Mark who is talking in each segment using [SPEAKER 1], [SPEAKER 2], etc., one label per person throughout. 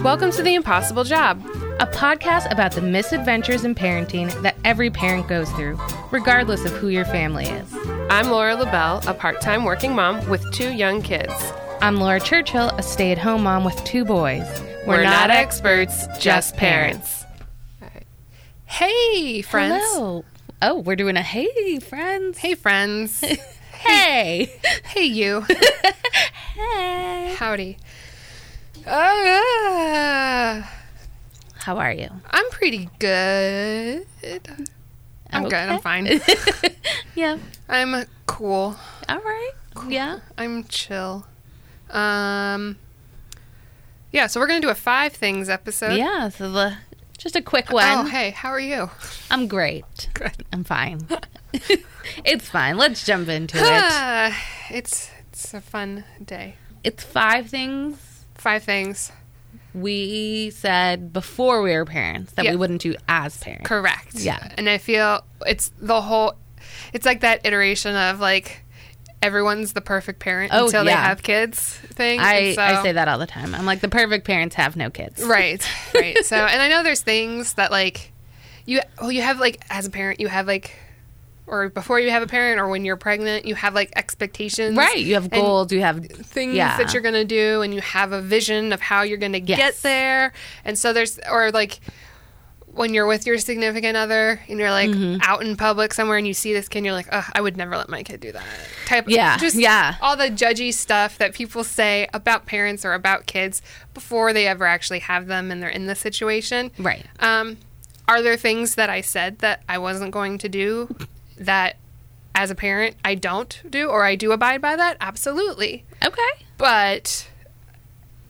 [SPEAKER 1] Welcome to The Impossible Job.
[SPEAKER 2] a podcast about the misadventures in parenting that every parent goes through, regardless of who your family is.
[SPEAKER 1] I'm Laura LaBelle, a part time working mom with two young kids.
[SPEAKER 2] I'm Laura Churchill, a stay at home mom with two boys.
[SPEAKER 1] experts,
[SPEAKER 2] just parents.
[SPEAKER 1] Alright. Hey, friends.
[SPEAKER 2] Hello. Oh, we're doing a hey, friends.
[SPEAKER 1] Hey, friends.
[SPEAKER 2] Hey.
[SPEAKER 1] hey, you.
[SPEAKER 2] Hey.
[SPEAKER 1] Howdy. Uh,
[SPEAKER 2] How are you?
[SPEAKER 1] I'm pretty good. I'm good. I'm
[SPEAKER 2] Okay.
[SPEAKER 1] fine.
[SPEAKER 2] yeah.
[SPEAKER 1] I'm cool.
[SPEAKER 2] All right. Yeah.
[SPEAKER 1] I'm chill. Um, yeah, so we're going to do a five things episode.
[SPEAKER 2] Yeah. So the just a quick one.
[SPEAKER 1] Oh, hey, how are you?
[SPEAKER 2] I'm great.
[SPEAKER 1] Good.
[SPEAKER 2] I'm fine. it's fine. Let's jump into it.
[SPEAKER 1] Ah, it's it's a fun day.
[SPEAKER 2] It's five things
[SPEAKER 1] Five things.
[SPEAKER 2] we said before we were parents that
[SPEAKER 1] Yeah.
[SPEAKER 2] we wouldn't do as parents.
[SPEAKER 1] Correct.
[SPEAKER 2] Yeah.
[SPEAKER 1] And I feel it's the whole it's like that iteration of like everyone's the perfect parent
[SPEAKER 2] Oh,
[SPEAKER 1] until they
[SPEAKER 2] yeah.
[SPEAKER 1] have kids thing.
[SPEAKER 2] I,
[SPEAKER 1] And so-
[SPEAKER 2] I say that all the time. I'm like, the perfect parents have no kids.
[SPEAKER 1] Right. Right. so and I know there's things that like you well, you have like as a parent you have like or before you have a parent or when you're pregnant, you have like expectations.
[SPEAKER 2] Right. You have
[SPEAKER 1] and
[SPEAKER 2] goals, you have
[SPEAKER 1] things
[SPEAKER 2] Yeah.
[SPEAKER 1] that you're going to do and you have a vision of how you're going to get
[SPEAKER 2] Yes.
[SPEAKER 1] there. And so there's, or like when you're with your significant other and you're like
[SPEAKER 2] Mm-hmm.
[SPEAKER 1] out in public somewhere and you see this kid, you're like, Ugh, I would never let my kid do that. Type
[SPEAKER 2] Yeah,
[SPEAKER 1] Just
[SPEAKER 2] yeah.
[SPEAKER 1] all the judgy stuff that people say about parents or about kids before they ever actually have them and they're in the situation.
[SPEAKER 2] Right.
[SPEAKER 1] Um, are there things that I said that I wasn't going to do that as a parent I don't do or I do abide by that? Absolutely
[SPEAKER 2] Okay.
[SPEAKER 1] but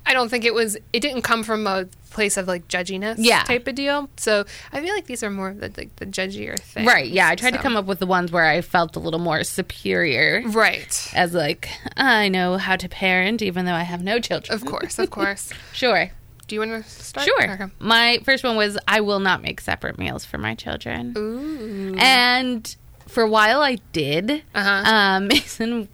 [SPEAKER 1] I don't think it was. It didn't come from a place of like judginess,
[SPEAKER 2] Yeah.
[SPEAKER 1] type of deal. So I feel like these are more of the like the judgier thing,
[SPEAKER 2] Right. Yeah. I tried to come up with the ones where I felt a little more superior
[SPEAKER 1] right.
[SPEAKER 2] as like, I know how to parent even though I have no children.
[SPEAKER 1] Of course, of course.
[SPEAKER 2] Sure.
[SPEAKER 1] Do you want to start?
[SPEAKER 2] Sure.
[SPEAKER 1] Okay.
[SPEAKER 2] My first one was I will not make separate meals for my children.
[SPEAKER 1] Ooh.
[SPEAKER 2] And for a while I did.
[SPEAKER 1] Uh-huh.
[SPEAKER 2] Um, Mason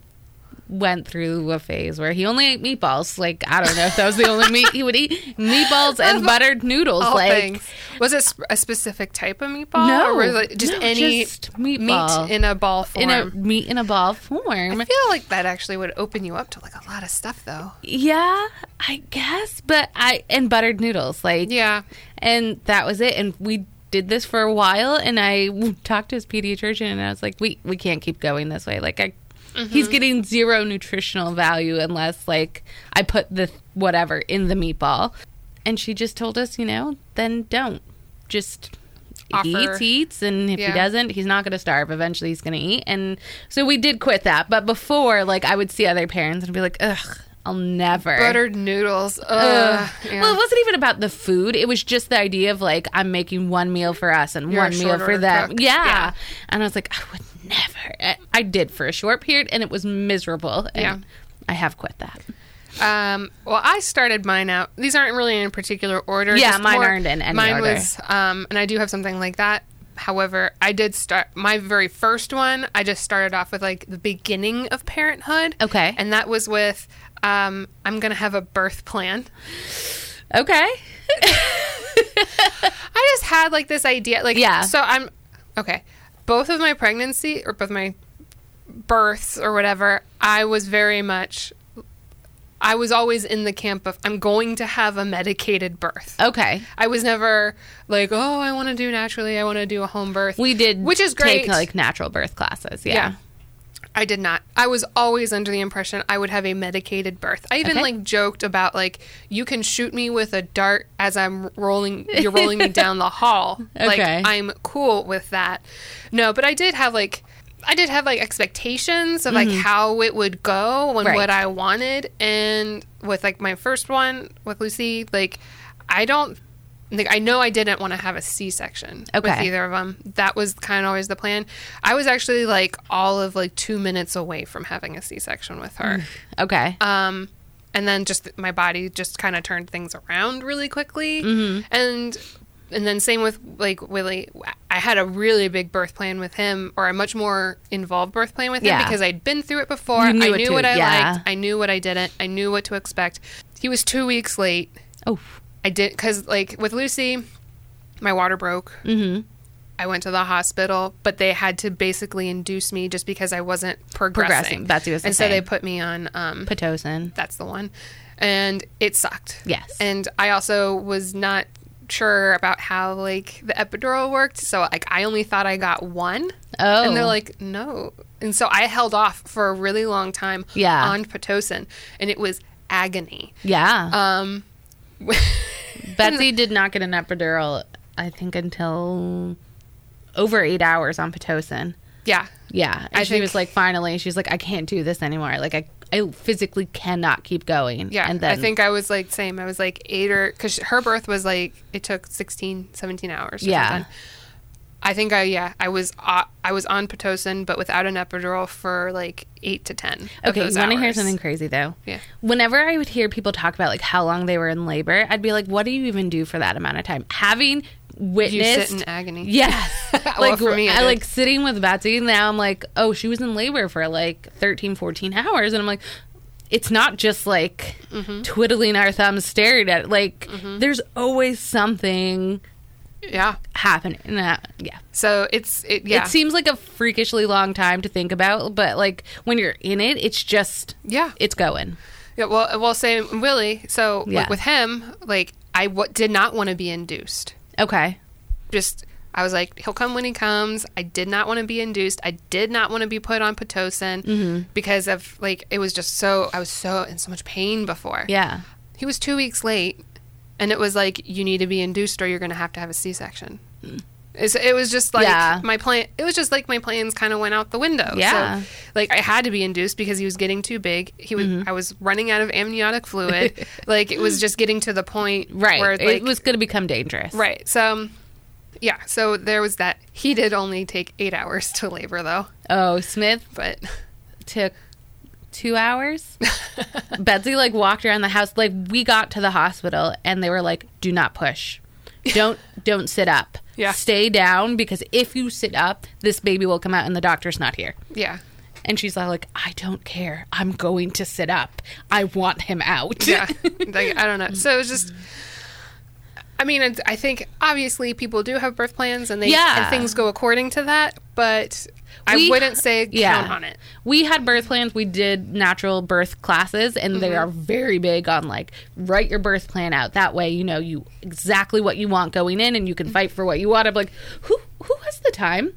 [SPEAKER 2] went through a phase where he only ate meatballs. Like, I don't know if that was the only meat he would eat. Meatballs and buttered noodles.
[SPEAKER 1] All
[SPEAKER 2] like,
[SPEAKER 1] things. Was it sp- a specific type of meatball?
[SPEAKER 2] No.
[SPEAKER 1] or was it just
[SPEAKER 2] No,
[SPEAKER 1] any
[SPEAKER 2] just meatball.
[SPEAKER 1] meat in a ball form?
[SPEAKER 2] in a meat in a ball form.
[SPEAKER 1] I feel like that actually would open you up to like a lot of stuff, though.
[SPEAKER 2] yeah, I guess. But I, and buttered noodles. Like,
[SPEAKER 1] Yeah.
[SPEAKER 2] And that was it. And we did this for a while. And I w- talked to his pediatrician and I was like, we, we can't keep going this way. Like, I,
[SPEAKER 1] Mm-hmm.
[SPEAKER 2] he's getting zero nutritional value unless, like, I put the whatever in the meatball. And she just told us, you know, then don't. Just
[SPEAKER 1] Offer.
[SPEAKER 2] he eats, he eats. And if
[SPEAKER 1] Yeah.
[SPEAKER 2] he doesn't, he's not going to starve. Eventually, he's going to eat. And so we did quit that. But before, like, I would see other parents and be like, ugh, I'll never.
[SPEAKER 1] Buttered noodles. Ugh.
[SPEAKER 2] Ugh.
[SPEAKER 1] Yeah.
[SPEAKER 2] Uh, Well, it wasn't even about the food. It was just the idea of like I'm making one meal for us and
[SPEAKER 1] You're a
[SPEAKER 2] one meal
[SPEAKER 1] short
[SPEAKER 2] for
[SPEAKER 1] order
[SPEAKER 2] them.
[SPEAKER 1] cook.
[SPEAKER 2] Yeah.
[SPEAKER 1] Yeah.
[SPEAKER 2] and I was like, I would never. I- I did for a short period, and it was miserable. And
[SPEAKER 1] Yeah.
[SPEAKER 2] I have quit that.
[SPEAKER 1] Um, well, I started mine out. These aren't really in particular order.
[SPEAKER 2] Yeah,
[SPEAKER 1] just
[SPEAKER 2] mine aren't in any
[SPEAKER 1] mine
[SPEAKER 2] order.
[SPEAKER 1] was, um, and I do have something like that. However, I did start my very first one. I just started off with like the beginning of parenthood.
[SPEAKER 2] Okay.
[SPEAKER 1] and that was with um, I'm gonna have a birth plan.
[SPEAKER 2] Okay,
[SPEAKER 1] I just had like this idea, like
[SPEAKER 2] Yeah.
[SPEAKER 1] So I'm okay. Both of my pregnancy or both my births or whatever, I was very much. I was always in the camp of I'm going to have a medicated birth.
[SPEAKER 2] okay.
[SPEAKER 1] I was never like, oh, I want to do naturally. I want to do a home birth.
[SPEAKER 2] We did,
[SPEAKER 1] which is great.
[SPEAKER 2] Take like natural birth classes. Yeah.
[SPEAKER 1] yeah. I did not. I was always under the impression I would have a medicated birth. I even
[SPEAKER 2] Okay.
[SPEAKER 1] like joked about like you can shoot me with a dart as I'm rolling. You're rolling me down the hall. Like
[SPEAKER 2] Okay.
[SPEAKER 1] I'm cool with that. No, but I did have like. I did have like expectations of like how it would go and
[SPEAKER 2] Mm-hmm. Right.
[SPEAKER 1] what I wanted and with like my first one with Lucy like I don't like I know I didn't want to have a C-section with
[SPEAKER 2] Okay.
[SPEAKER 1] either of them. That was kind of always the plan. I was actually like all of like two minutes away from having a C-section with her.
[SPEAKER 2] Okay.
[SPEAKER 1] Um, and then just my body just kind of turned things around really quickly.
[SPEAKER 2] Mm-hmm.
[SPEAKER 1] And and then same with like Willie. I had a really big birth plan with him, or a much more involved birth plan with him
[SPEAKER 2] Yeah.
[SPEAKER 1] because I'd been through it before.
[SPEAKER 2] You knew
[SPEAKER 1] I
[SPEAKER 2] it
[SPEAKER 1] knew
[SPEAKER 2] too,
[SPEAKER 1] what I
[SPEAKER 2] yeah.
[SPEAKER 1] liked. I knew what I didn't. I knew what to expect. He was two weeks late.
[SPEAKER 2] oh.
[SPEAKER 1] I I did because like with Lucy, my water broke.
[SPEAKER 2] Mhm.
[SPEAKER 1] I went to the hospital, but they had to basically induce me just because I wasn't progressing.
[SPEAKER 2] Progressing. Betsy was the
[SPEAKER 1] and so they
[SPEAKER 2] same.
[SPEAKER 1] put me on. Um,
[SPEAKER 2] Pitocin.
[SPEAKER 1] that's the one, and it sucked.
[SPEAKER 2] Yes.
[SPEAKER 1] and I also was not sure about how like the epidural worked, so like I only thought I got one.
[SPEAKER 2] Oh.
[SPEAKER 1] and they're like, no, and so I held off for a really long time.
[SPEAKER 2] Yeah.
[SPEAKER 1] on pitocin, and it was agony.
[SPEAKER 2] Yeah.
[SPEAKER 1] Um.
[SPEAKER 2] uh, Betsy did not get an epidural, I think, until over eight hours on Pitocin.
[SPEAKER 1] Yeah.
[SPEAKER 2] Yeah. And
[SPEAKER 1] I
[SPEAKER 2] she
[SPEAKER 1] think-
[SPEAKER 2] was like, finally, she's like, I can't do this anymore. Like, I, I physically cannot keep going.
[SPEAKER 1] Yeah.
[SPEAKER 2] And then,
[SPEAKER 1] I think I was like, same. I was like eight or, because her birth was like, it took 16, 17 hours. or
[SPEAKER 2] Yeah.
[SPEAKER 1] something. I think I, yeah, I was, uh, I was on Pitocin, but without an epidural for like eight to 10. of
[SPEAKER 2] okay,
[SPEAKER 1] those
[SPEAKER 2] you want to hear
[SPEAKER 1] hours.
[SPEAKER 2] something crazy, though?
[SPEAKER 1] Yeah.
[SPEAKER 2] Whenever I would hear people talk about like how long they were in labor, I'd be like, what do you even do for that amount of time? Having
[SPEAKER 1] You
[SPEAKER 2] witnessed.
[SPEAKER 1] sit in agony.
[SPEAKER 2] Yes. like
[SPEAKER 1] Well, for me, I
[SPEAKER 2] I
[SPEAKER 1] did.
[SPEAKER 2] like sitting with Betsy now I'm like, "Oh, she was in labor for like 13 14 hours." And I'm like, it's not just like
[SPEAKER 1] Mm-hmm.
[SPEAKER 2] twiddling our thumbs staring at it. like there's always something
[SPEAKER 1] Yeah.
[SPEAKER 2] happening. And that- yeah.
[SPEAKER 1] So it's, it, yeah.
[SPEAKER 2] It seems like a freakishly long time to think about, but like when you're in it, it's just
[SPEAKER 1] yeah.
[SPEAKER 2] it's going.
[SPEAKER 1] Yeah, well, well, same Willie. So
[SPEAKER 2] Yeah.
[SPEAKER 1] like with him, like I w- did not want to be induced.
[SPEAKER 2] Okay.
[SPEAKER 1] just I was like, he'll come when he comes. I did not want to be induced. I did not want to be put on pitocin
[SPEAKER 2] Mm-hmm.
[SPEAKER 1] because of like it was just so I was so in so much pain before.
[SPEAKER 2] Yeah.
[SPEAKER 1] he was two weeks late, and it was like you need to be induced or you're going to have to have a C-section. It's, it was just like
[SPEAKER 2] Mm. Yeah.
[SPEAKER 1] my plan. It was just like my plans kind of went out the window.
[SPEAKER 2] Yeah.
[SPEAKER 1] so, like I had to be induced because he was getting too big. He was
[SPEAKER 2] Mm-hmm.
[SPEAKER 1] I was running out of amniotic fluid. like it was just getting to the point
[SPEAKER 2] Right.
[SPEAKER 1] where
[SPEAKER 2] it
[SPEAKER 1] like,
[SPEAKER 2] was going to become dangerous.
[SPEAKER 1] Right. So, um, yeah. So there was that. He did only take eight hours to labor, though.
[SPEAKER 2] Oh, Smith
[SPEAKER 1] But
[SPEAKER 2] took two hours. Betsy like walked around the house. Like we got to the hospital and they were like, "Do not push. Don't don't sit up.
[SPEAKER 1] Yeah.
[SPEAKER 2] Stay down because if you sit up, this baby will come out and the doctor's not here."
[SPEAKER 1] yeah,
[SPEAKER 2] And she's like, "I don't care. I'm going to sit up. I want him out."
[SPEAKER 1] yeah. like I don't know. So it was just. I mean, it's- I think obviously people do have birth plans, and they
[SPEAKER 2] Yeah.
[SPEAKER 1] and things go according to that. But I
[SPEAKER 2] We-
[SPEAKER 1] wouldn't say count
[SPEAKER 2] yeah.
[SPEAKER 1] on it.
[SPEAKER 2] We had birth plans. We did natural birth classes, and they
[SPEAKER 1] Mm-hmm.
[SPEAKER 2] are very big on like write your birth plan out. That way, you know you exactly what you want going in, and you
[SPEAKER 1] Mm-hmm.
[SPEAKER 2] can fight for what you want. I'm like, who who has the time to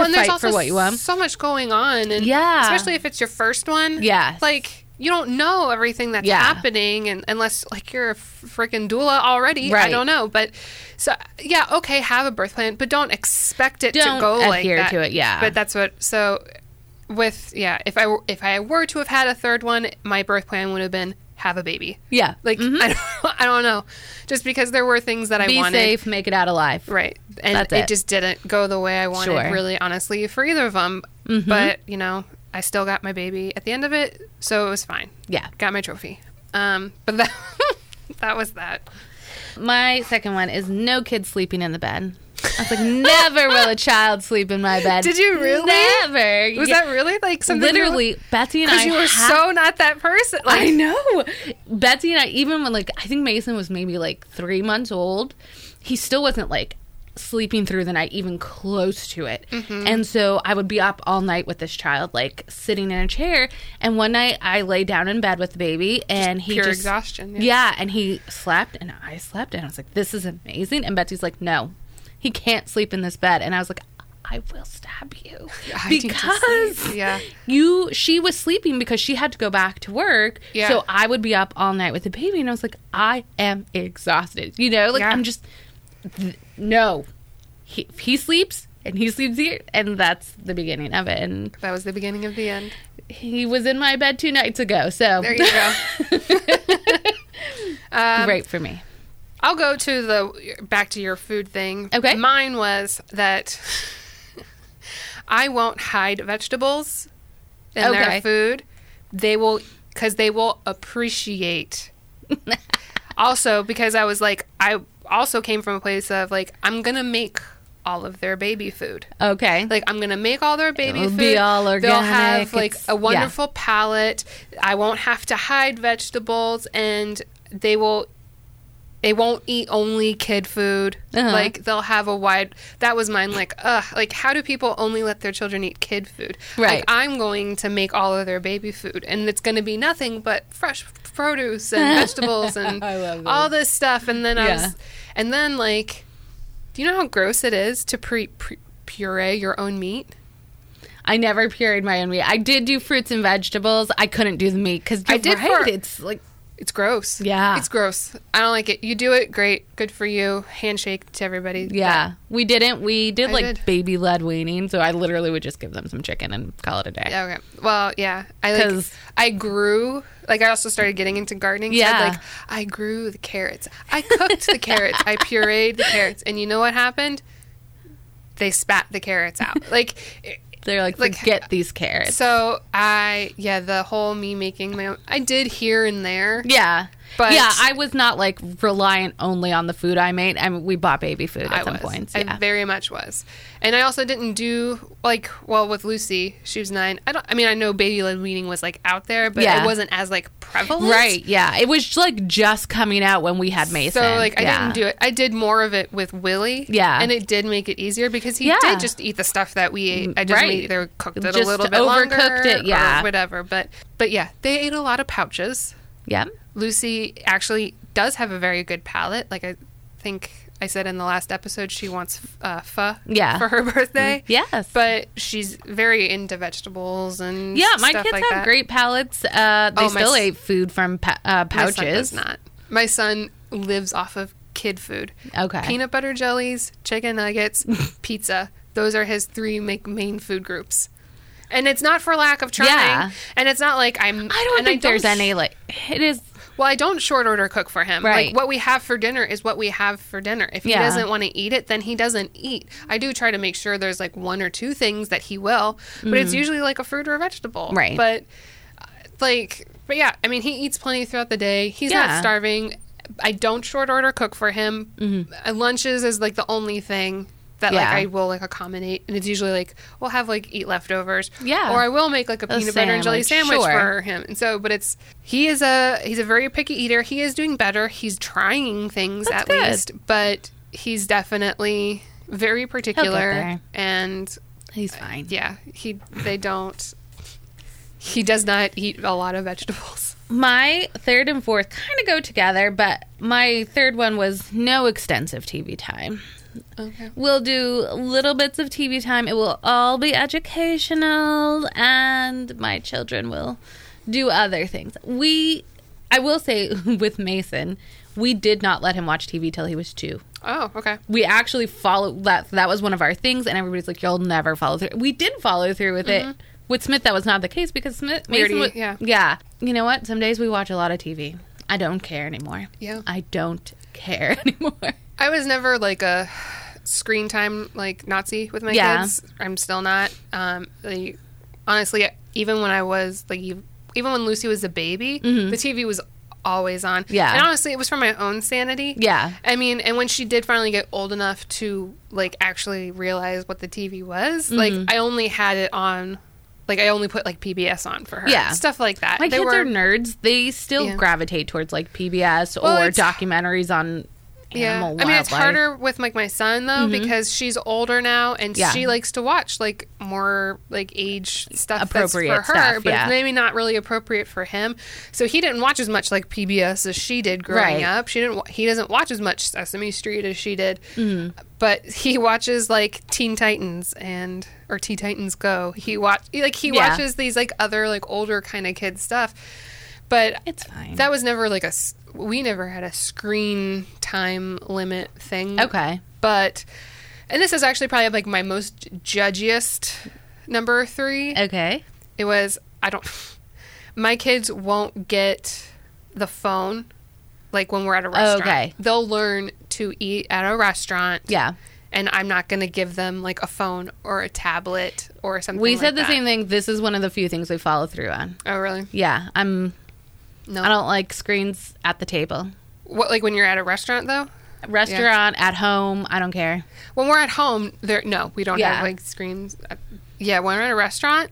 [SPEAKER 1] Well, and there's
[SPEAKER 2] fight
[SPEAKER 1] also
[SPEAKER 2] for what you want?
[SPEAKER 1] so much going on, and
[SPEAKER 2] Yeah.
[SPEAKER 1] especially if it's your first one.
[SPEAKER 2] Yes.
[SPEAKER 1] like you don't know everything that's
[SPEAKER 2] Yeah.
[SPEAKER 1] happening, and unless like you're a freaking doula already, I
[SPEAKER 2] Right.
[SPEAKER 1] don't know. But so yeah, okay, have a birth plan, but don't expect it
[SPEAKER 2] Don't
[SPEAKER 1] to go like
[SPEAKER 2] adhere
[SPEAKER 1] that.
[SPEAKER 2] to it, yeah.
[SPEAKER 1] but that's what so with yeah. If I were- if I were to have had a third one, my birth plan would have been have a baby.
[SPEAKER 2] Yeah, Mm-hmm.
[SPEAKER 1] Like I, don't, I don't know, just because there were things that
[SPEAKER 2] be
[SPEAKER 1] I wanted.
[SPEAKER 2] safe, make it out alive.
[SPEAKER 1] Right. And
[SPEAKER 2] That's
[SPEAKER 1] it.
[SPEAKER 2] it.
[SPEAKER 1] just didn't go the way I wanted,
[SPEAKER 2] Sure. Mm-hmm.
[SPEAKER 1] really, honestly, for either of them. But, you know, I still got my baby at the end of it, so it was fine.
[SPEAKER 2] Yeah.
[SPEAKER 1] Got my trophy. Um, but that, that was that.
[SPEAKER 2] My second one is no kids sleeping in the bed. I was like, never will a child sleep in my bed.
[SPEAKER 1] Did you really?
[SPEAKER 2] Never.
[SPEAKER 1] Was
[SPEAKER 2] Yeah.
[SPEAKER 1] that really like something?
[SPEAKER 2] literally Betsy and
[SPEAKER 1] Because
[SPEAKER 2] I?
[SPEAKER 1] you were
[SPEAKER 2] had-
[SPEAKER 1] so not that person. Like,
[SPEAKER 2] I know. Betsy and I, even when like I think Mason was maybe like three months old, he still wasn't like sleeping through the night, even close to it.
[SPEAKER 1] Mm-hmm.
[SPEAKER 2] And so I would be up all night with this child, like sitting in a chair. And one night I lay down in bed with the baby, and he
[SPEAKER 1] pure
[SPEAKER 2] just
[SPEAKER 1] exhaustion, yeah.
[SPEAKER 2] Yeah. and he slept, and I slept, and I was like, "This is amazing." And Betsy's like, "No, he can't sleep in this bed," and I was like. I will stab you
[SPEAKER 1] I need to
[SPEAKER 2] because
[SPEAKER 1] sleep. Yeah.
[SPEAKER 2] you she was sleeping because she had to go back to work
[SPEAKER 1] Yeah.
[SPEAKER 2] so i would be up all night with the baby and i was like i am exhausted you know like
[SPEAKER 1] Yeah.
[SPEAKER 2] i'm just th- no he, he sleeps and he sleeps here and that's the beginning of it and
[SPEAKER 1] that was the beginning of the end.
[SPEAKER 2] he was in my bed two nights ago so
[SPEAKER 1] There you go. um,
[SPEAKER 2] great for me
[SPEAKER 1] I'll go to the back to your food thing.
[SPEAKER 2] Okay.
[SPEAKER 1] Mine was that I won't hide vegetables in
[SPEAKER 2] Okay.
[SPEAKER 1] their food. They will because they will appreciate. also, because I was like, I also came from a place of like, I'm gonna make all of their baby food.
[SPEAKER 2] okay
[SPEAKER 1] Like I'm gonna make all their baby
[SPEAKER 2] It'll
[SPEAKER 1] food.
[SPEAKER 2] be all
[SPEAKER 1] They'll have
[SPEAKER 2] organic.
[SPEAKER 1] like
[SPEAKER 2] It's-
[SPEAKER 1] a wonderful palate. I won't have to hide vegetables, and they will They won't eat only kid food.
[SPEAKER 2] Uh-huh.
[SPEAKER 1] Like they'll have a wide. That was mine. Like, ugh. Like, how do people only let their children eat kid food?
[SPEAKER 2] Right.
[SPEAKER 1] Like, I'm going to make all of their baby food, and it's going to be nothing but fresh produce and vegetables and
[SPEAKER 2] I love
[SPEAKER 1] all this stuff. And then I
[SPEAKER 2] Yeah.
[SPEAKER 1] was, and then like, do you know how gross it is to pre, pre puree your own meat?
[SPEAKER 2] I never pureed my own meat. I did do fruits and vegetables. I couldn't do the meat because
[SPEAKER 1] I
[SPEAKER 2] I did.
[SPEAKER 1] did
[SPEAKER 2] Right.
[SPEAKER 1] for-
[SPEAKER 2] it's like
[SPEAKER 1] It's gross.
[SPEAKER 2] Yeah.
[SPEAKER 1] It's gross. I don't like it. You do it, great. Good for you. Handshake to everybody.
[SPEAKER 2] yeah, we didn't. We did
[SPEAKER 1] I
[SPEAKER 2] like
[SPEAKER 1] did.
[SPEAKER 2] baby led weaning, so I literally would just give them some chicken and call it a day.
[SPEAKER 1] Yeah, Okay. Well, yeah. I like
[SPEAKER 2] 'Cause-
[SPEAKER 1] I grew like I also started getting into gardening. So
[SPEAKER 2] Yeah.
[SPEAKER 1] I'd, like I grew the carrots. I cooked the carrots. I pureed the carrots. And you know what happened? They spat the carrots out. Like it-
[SPEAKER 2] They're like,
[SPEAKER 1] Like-
[SPEAKER 2] forget these carrots.
[SPEAKER 1] so I yeah, the whole me making my own I did here and there.
[SPEAKER 2] yeah,
[SPEAKER 1] But-
[SPEAKER 2] yeah, I was not like reliant only on the food I made. I mean, we bought baby food at
[SPEAKER 1] I
[SPEAKER 2] some
[SPEAKER 1] was.
[SPEAKER 2] points.
[SPEAKER 1] I
[SPEAKER 2] Yeah,
[SPEAKER 1] very much was. And I also didn't do like well with Lucy, she was 9. I don't I mean I know baby led weaning was like out there, but
[SPEAKER 2] Yeah.
[SPEAKER 1] it wasn't as like prevalent.
[SPEAKER 2] right. Yeah, it was like just coming out when we had Mason.
[SPEAKER 1] So like I
[SPEAKER 2] yeah.
[SPEAKER 1] didn't do it. I did more of it with Willie.
[SPEAKER 2] Yeah.
[SPEAKER 1] and it did make it easier because he
[SPEAKER 2] Yeah.
[SPEAKER 1] did just eat the stuff that we ate. I just
[SPEAKER 2] Right.
[SPEAKER 1] we either cooked it
[SPEAKER 2] Just
[SPEAKER 1] a little bit
[SPEAKER 2] overcooked
[SPEAKER 1] longer
[SPEAKER 2] it, yeah.
[SPEAKER 1] or whatever. But but yeah, they ate a lot of pouches.
[SPEAKER 2] Yeah.
[SPEAKER 1] Lucy actually does have a very good palate. Like I think I said in the last episode, she wants uh, pho
[SPEAKER 2] Yeah. Mm-hmm.
[SPEAKER 1] for her birthday.
[SPEAKER 2] Yes.
[SPEAKER 1] But she's very into vegetables and
[SPEAKER 2] Yeah, my
[SPEAKER 1] stuff
[SPEAKER 2] kids
[SPEAKER 1] like
[SPEAKER 2] have
[SPEAKER 1] that.
[SPEAKER 2] great palates. Uh, they
[SPEAKER 1] Oh, my
[SPEAKER 2] still
[SPEAKER 1] s-
[SPEAKER 2] ate food from pa- uh,
[SPEAKER 1] My son does
[SPEAKER 2] pouches.
[SPEAKER 1] not. My son lives off of kid food.
[SPEAKER 2] Okay.
[SPEAKER 1] Peanut butter jellies, chicken nuggets, pizza. Those are his three ma- main food groups. And it's not for lack of trying.
[SPEAKER 2] Yeah.
[SPEAKER 1] And it's not like I'm.
[SPEAKER 2] I don't
[SPEAKER 1] and
[SPEAKER 2] think there's
[SPEAKER 1] sh-
[SPEAKER 2] any like it is.
[SPEAKER 1] Well, I don't short order cook for him.
[SPEAKER 2] Right.
[SPEAKER 1] Like what we have for dinner is what we have for dinner. If he
[SPEAKER 2] Yeah.
[SPEAKER 1] doesn't want to eat it, then he doesn't eat. I do try to make sure there's like one or two things that he will, but it's usually like a fruit or a vegetable.
[SPEAKER 2] Mm. Right.
[SPEAKER 1] But uh, like, but yeah, I mean, he eats plenty throughout the day. He's
[SPEAKER 2] Yeah.
[SPEAKER 1] not starving. I don't short order cook for him. Uh, Lunches is like the only thing that
[SPEAKER 2] Mm-hmm. Yeah.
[SPEAKER 1] like I will like accommodate, and it's usually like we'll have like eat leftovers.
[SPEAKER 2] Yeah.
[SPEAKER 1] Or I will make like a peanut butter and jelly
[SPEAKER 2] sandwich,
[SPEAKER 1] sandwich
[SPEAKER 2] sure.
[SPEAKER 1] for him. And so, but it's he is a he's a very picky eater. He is doing better. He's trying things
[SPEAKER 2] That's
[SPEAKER 1] at
[SPEAKER 2] good.
[SPEAKER 1] least, but he's definitely very particular
[SPEAKER 2] there.
[SPEAKER 1] and Uh,
[SPEAKER 2] He's fine.
[SPEAKER 1] yeah, he they don't he does not eat a lot of vegetables.
[SPEAKER 2] My third and fourth kind of go together, but my third one was no extensive TV time.
[SPEAKER 1] Okay.
[SPEAKER 2] We'll do little bits of TV time. It will all be educational, and my children will do other things. We, I will say, with Mason, we did not let him watch TV till he was two.
[SPEAKER 1] Oh, okay.
[SPEAKER 2] we actually follow that that was one of our things and everybody's like you'll never follow through we did follow through with it with smith that was not the case because smith
[SPEAKER 1] Mm-hmm. We already-
[SPEAKER 2] Mason was,
[SPEAKER 1] yeah.
[SPEAKER 2] yeah you know what some days we watch a lot of tv i don't care anymore
[SPEAKER 1] Yeah.
[SPEAKER 2] i don't care anymore
[SPEAKER 1] I was never like a screen time like Nazi with my
[SPEAKER 2] Yeah.
[SPEAKER 1] kids. I'm still not. Um, like, honestly, even when I was like, ev- even when Lucy was a baby, the TV was always on.
[SPEAKER 2] Mm-hmm. Yeah.
[SPEAKER 1] and honestly, it was for my own sanity.
[SPEAKER 2] Yeah.
[SPEAKER 1] I mean, and when she did finally get old enough to like actually realize what the TV was,
[SPEAKER 2] Mm-hmm.
[SPEAKER 1] like I only had it on. Like I only put like PBS on for her,
[SPEAKER 2] Yeah.
[SPEAKER 1] stuff like that.
[SPEAKER 2] my
[SPEAKER 1] They
[SPEAKER 2] kids
[SPEAKER 1] were-
[SPEAKER 2] are nerds they still
[SPEAKER 1] Yeah.
[SPEAKER 2] gravitate towards like pbs
[SPEAKER 1] Well,
[SPEAKER 2] or
[SPEAKER 1] it's-
[SPEAKER 2] documentaries on animal
[SPEAKER 1] I mean, it's
[SPEAKER 2] wildlife. Mm-hmm.
[SPEAKER 1] harder with like my son though because she's older now and
[SPEAKER 2] Yeah.
[SPEAKER 1] she likes to watch like more like age stuff
[SPEAKER 2] Appropriate
[SPEAKER 1] that's for her,
[SPEAKER 2] stuff,
[SPEAKER 1] but
[SPEAKER 2] yeah.
[SPEAKER 1] it's maybe not really appropriate for him. So he didn't watch as much like PBS as she did growing
[SPEAKER 2] Right.
[SPEAKER 1] up. She didn't. wa- He doesn't watch as much Sesame Street as she did,
[SPEAKER 2] Mm-hmm.
[SPEAKER 1] but he watches like Teen Titans and or Teen Titans Go. He watch like he
[SPEAKER 2] Yeah.
[SPEAKER 1] watches these like other like older kind of kid stuff. But
[SPEAKER 2] it's fine
[SPEAKER 1] that was never like a. s- We never had a screen time limit thing.
[SPEAKER 2] okay
[SPEAKER 1] But, and this is actually probably like my most judgiest number
[SPEAKER 2] Eh.
[SPEAKER 1] three.
[SPEAKER 2] okay
[SPEAKER 1] It was, I don't, my kids won't get the phone like when we're at a restaurant.
[SPEAKER 2] Okay.
[SPEAKER 1] They'll learn to eat at a restaurant.
[SPEAKER 2] yeah
[SPEAKER 1] And I'm not going to give them like a phone or a tablet or something
[SPEAKER 2] we
[SPEAKER 1] like
[SPEAKER 2] said the
[SPEAKER 1] that.
[SPEAKER 2] same thing this is one of the few things we follow through on
[SPEAKER 1] Oh, really?
[SPEAKER 2] yeah i'm
[SPEAKER 1] No.
[SPEAKER 2] I don't like screens at the table.
[SPEAKER 1] What, like when you're at a restaurant though?
[SPEAKER 2] Restaurant, at home, I don't care.
[SPEAKER 1] When we're at home, there no, we don't
[SPEAKER 2] Yeah.
[SPEAKER 1] have like screens. Uh, yeah, when we're at a restaurant,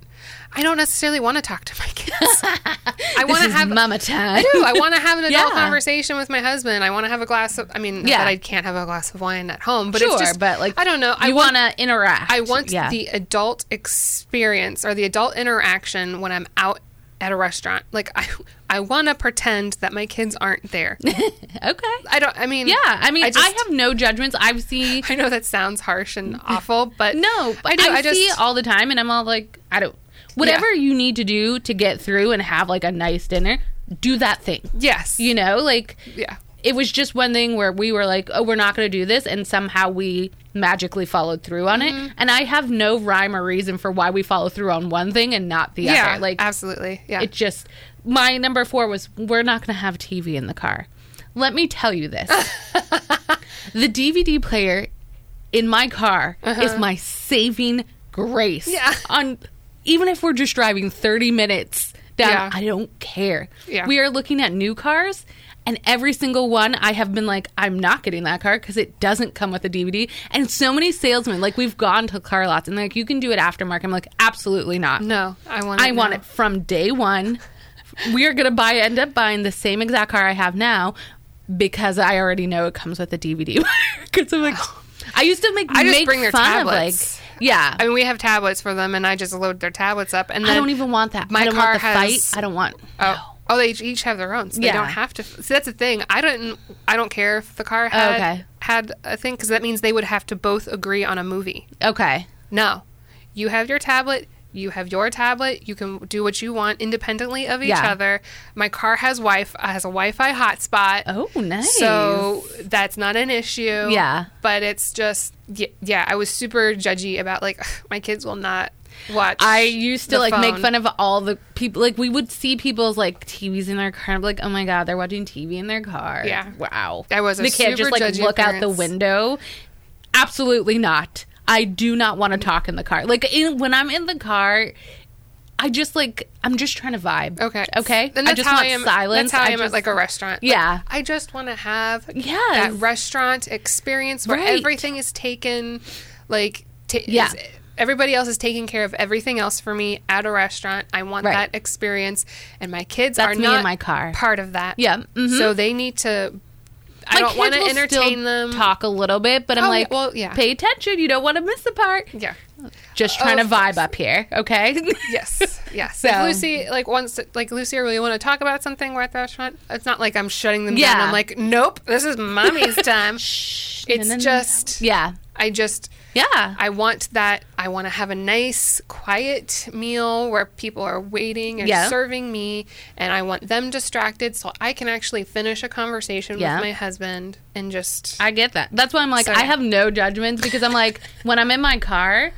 [SPEAKER 1] I don't necessarily want to talk to my kids. I
[SPEAKER 2] This
[SPEAKER 1] want to
[SPEAKER 2] is
[SPEAKER 1] have
[SPEAKER 2] mama time.
[SPEAKER 1] do. I want to have an adult
[SPEAKER 2] Yeah.
[SPEAKER 1] conversation with my husband. I want to have a glass of. I mean, yeah,
[SPEAKER 2] Yeah.
[SPEAKER 1] that I can't have a glass of wine at home, but
[SPEAKER 2] sure,
[SPEAKER 1] it's just.
[SPEAKER 2] but like
[SPEAKER 1] I don't know. I
[SPEAKER 2] You
[SPEAKER 1] want
[SPEAKER 2] want to interact.
[SPEAKER 1] I want
[SPEAKER 2] Yeah.
[SPEAKER 1] the adult experience or the adult interaction when I'm out at a restaurant. Like I, I want to pretend that my kids aren't there.
[SPEAKER 2] okay.
[SPEAKER 1] I don't. I mean,
[SPEAKER 2] Yeah, I mean, I,
[SPEAKER 1] just-
[SPEAKER 2] have no judgments. I see
[SPEAKER 1] I know that sounds harsh and awful, but
[SPEAKER 2] no,
[SPEAKER 1] I do. I, just
[SPEAKER 2] see it all the time, and I'm all like, I don't. Whatever you need to do to get through and have like a nice dinner, do that thing.
[SPEAKER 1] yes,
[SPEAKER 2] You know, like
[SPEAKER 1] yeah,
[SPEAKER 2] it was just one thing where we were like, oh, we're not going to do this. And somehow we magically followed through on
[SPEAKER 1] Mm-hmm.
[SPEAKER 2] it. And I have no rhyme or reason for why we follow through on one thing and not the
[SPEAKER 1] yeah,
[SPEAKER 2] other. Like,
[SPEAKER 1] absolutely, yeah,
[SPEAKER 2] it just, my number four was, we're not going to have TV in the car. Let me tell you this the DVD player in my car is my saving grace.
[SPEAKER 1] Uh-huh. Yeah.
[SPEAKER 2] On even if we're just driving 30 minutes down,
[SPEAKER 1] Yeah.
[SPEAKER 2] I don't care.
[SPEAKER 1] Yeah.
[SPEAKER 2] We are looking at new cars and every single one I have been like I'm not getting that car cuz it doesn't come with a DVD. And so many salesmen like we've gone to car lots and they're like you can do it aftermarket. I'm like absolutely not.
[SPEAKER 1] no, I want.
[SPEAKER 2] I want
[SPEAKER 1] now.
[SPEAKER 2] it from day one. We are gonna buy, end up buying the same exact car I have now because I already know it comes with a DVD. Because I'm like, I used to make
[SPEAKER 1] I just
[SPEAKER 2] make
[SPEAKER 1] bring their
[SPEAKER 2] fun
[SPEAKER 1] tablets.
[SPEAKER 2] of like, yeah,
[SPEAKER 1] I mean, we have tablets for them, and I just load their tablets up, and then
[SPEAKER 2] I don't even want that.
[SPEAKER 1] my
[SPEAKER 2] I don't
[SPEAKER 1] car
[SPEAKER 2] want the
[SPEAKER 1] has-
[SPEAKER 2] fight. I don't want.
[SPEAKER 1] Oh, oh, they each have their own, so
[SPEAKER 2] Yeah.
[SPEAKER 1] they don't have to. See, that's the thing. I don't. I don't care if the car had
[SPEAKER 2] Okay.
[SPEAKER 1] had a thing because that means they would have to both agree on a movie.
[SPEAKER 2] Okay,
[SPEAKER 1] No, you have your tablet. You have your tablet. You can do what you want independently of each
[SPEAKER 2] Yeah.
[SPEAKER 1] other. My car has wi has a Wi-Fi hotspot.
[SPEAKER 2] Oh, nice.
[SPEAKER 1] So that's not an issue.
[SPEAKER 2] Yeah.
[SPEAKER 1] but it's just yeah. yeah I was super judgy about like my kids will not watch.
[SPEAKER 2] I used to
[SPEAKER 1] the
[SPEAKER 2] like make
[SPEAKER 1] phone.
[SPEAKER 2] fun of all the people. Like we would see people's like TVs in their car. and be like, oh my god, they're watching TV in their car.
[SPEAKER 1] Yeah.
[SPEAKER 2] wow.
[SPEAKER 1] I was a
[SPEAKER 2] the kid
[SPEAKER 1] super
[SPEAKER 2] just like
[SPEAKER 1] judgy
[SPEAKER 2] look out the
[SPEAKER 1] parents.
[SPEAKER 2] window. Absolutely not. I do not want to
[SPEAKER 1] Mm.
[SPEAKER 2] talk in the car. Like in, when I'm in the car, I just like I'm just trying to vibe.
[SPEAKER 1] Okay.
[SPEAKER 2] okay.
[SPEAKER 1] And that's
[SPEAKER 2] I just
[SPEAKER 1] how
[SPEAKER 2] want
[SPEAKER 1] I am,
[SPEAKER 2] silence.
[SPEAKER 1] That's how I, am
[SPEAKER 2] just-
[SPEAKER 1] at like a restaurant. Like,
[SPEAKER 2] Yeah.
[SPEAKER 1] I just want to have
[SPEAKER 2] Yes.
[SPEAKER 1] that restaurant experience where
[SPEAKER 2] Right.
[SPEAKER 1] everything is taken, like ta-
[SPEAKER 2] Yeah.
[SPEAKER 1] is- everybody else is taking care of everything else for me at a restaurant. I want
[SPEAKER 2] Right.
[SPEAKER 1] that experience, and my kids
[SPEAKER 2] That's
[SPEAKER 1] are
[SPEAKER 2] me
[SPEAKER 1] not
[SPEAKER 2] in my car.
[SPEAKER 1] part of that.
[SPEAKER 2] Yeah, mhm.
[SPEAKER 1] So they need to. I
[SPEAKER 2] My
[SPEAKER 1] don't
[SPEAKER 2] kids
[SPEAKER 1] want to
[SPEAKER 2] will
[SPEAKER 1] entertain
[SPEAKER 2] still
[SPEAKER 1] them.
[SPEAKER 2] Talk a little bit, but I'm
[SPEAKER 1] Oh,
[SPEAKER 2] like,
[SPEAKER 1] yeah, well, yeah.
[SPEAKER 2] pay attention. You don't want to miss the part.
[SPEAKER 1] Yeah.
[SPEAKER 2] Just trying
[SPEAKER 1] of
[SPEAKER 2] to vibe up here, okay?
[SPEAKER 1] Yes. Yes.
[SPEAKER 2] So-
[SPEAKER 1] If Lucy like wants to, like Lucy or really want to talk about something we're at the restaurant, it's not like I'm shutting them down.
[SPEAKER 2] Yeah.
[SPEAKER 1] I'm like, nope, this is mommy's time.
[SPEAKER 2] Shh.
[SPEAKER 1] It's
[SPEAKER 2] No, no, no, no.
[SPEAKER 1] just-
[SPEAKER 2] yeah,
[SPEAKER 1] I just
[SPEAKER 2] yeah.
[SPEAKER 1] I want that I want to have a nice quiet meal where people are waiting and
[SPEAKER 2] Yeah.
[SPEAKER 1] serving me and I want them distracted so I can actually finish a conversation
[SPEAKER 2] Yeah.
[SPEAKER 1] with my husband and just
[SPEAKER 2] I get that. That's why I'm like,
[SPEAKER 1] So,
[SPEAKER 2] I
[SPEAKER 1] yeah.
[SPEAKER 2] have no judgments because I'm like, when I'm in my car,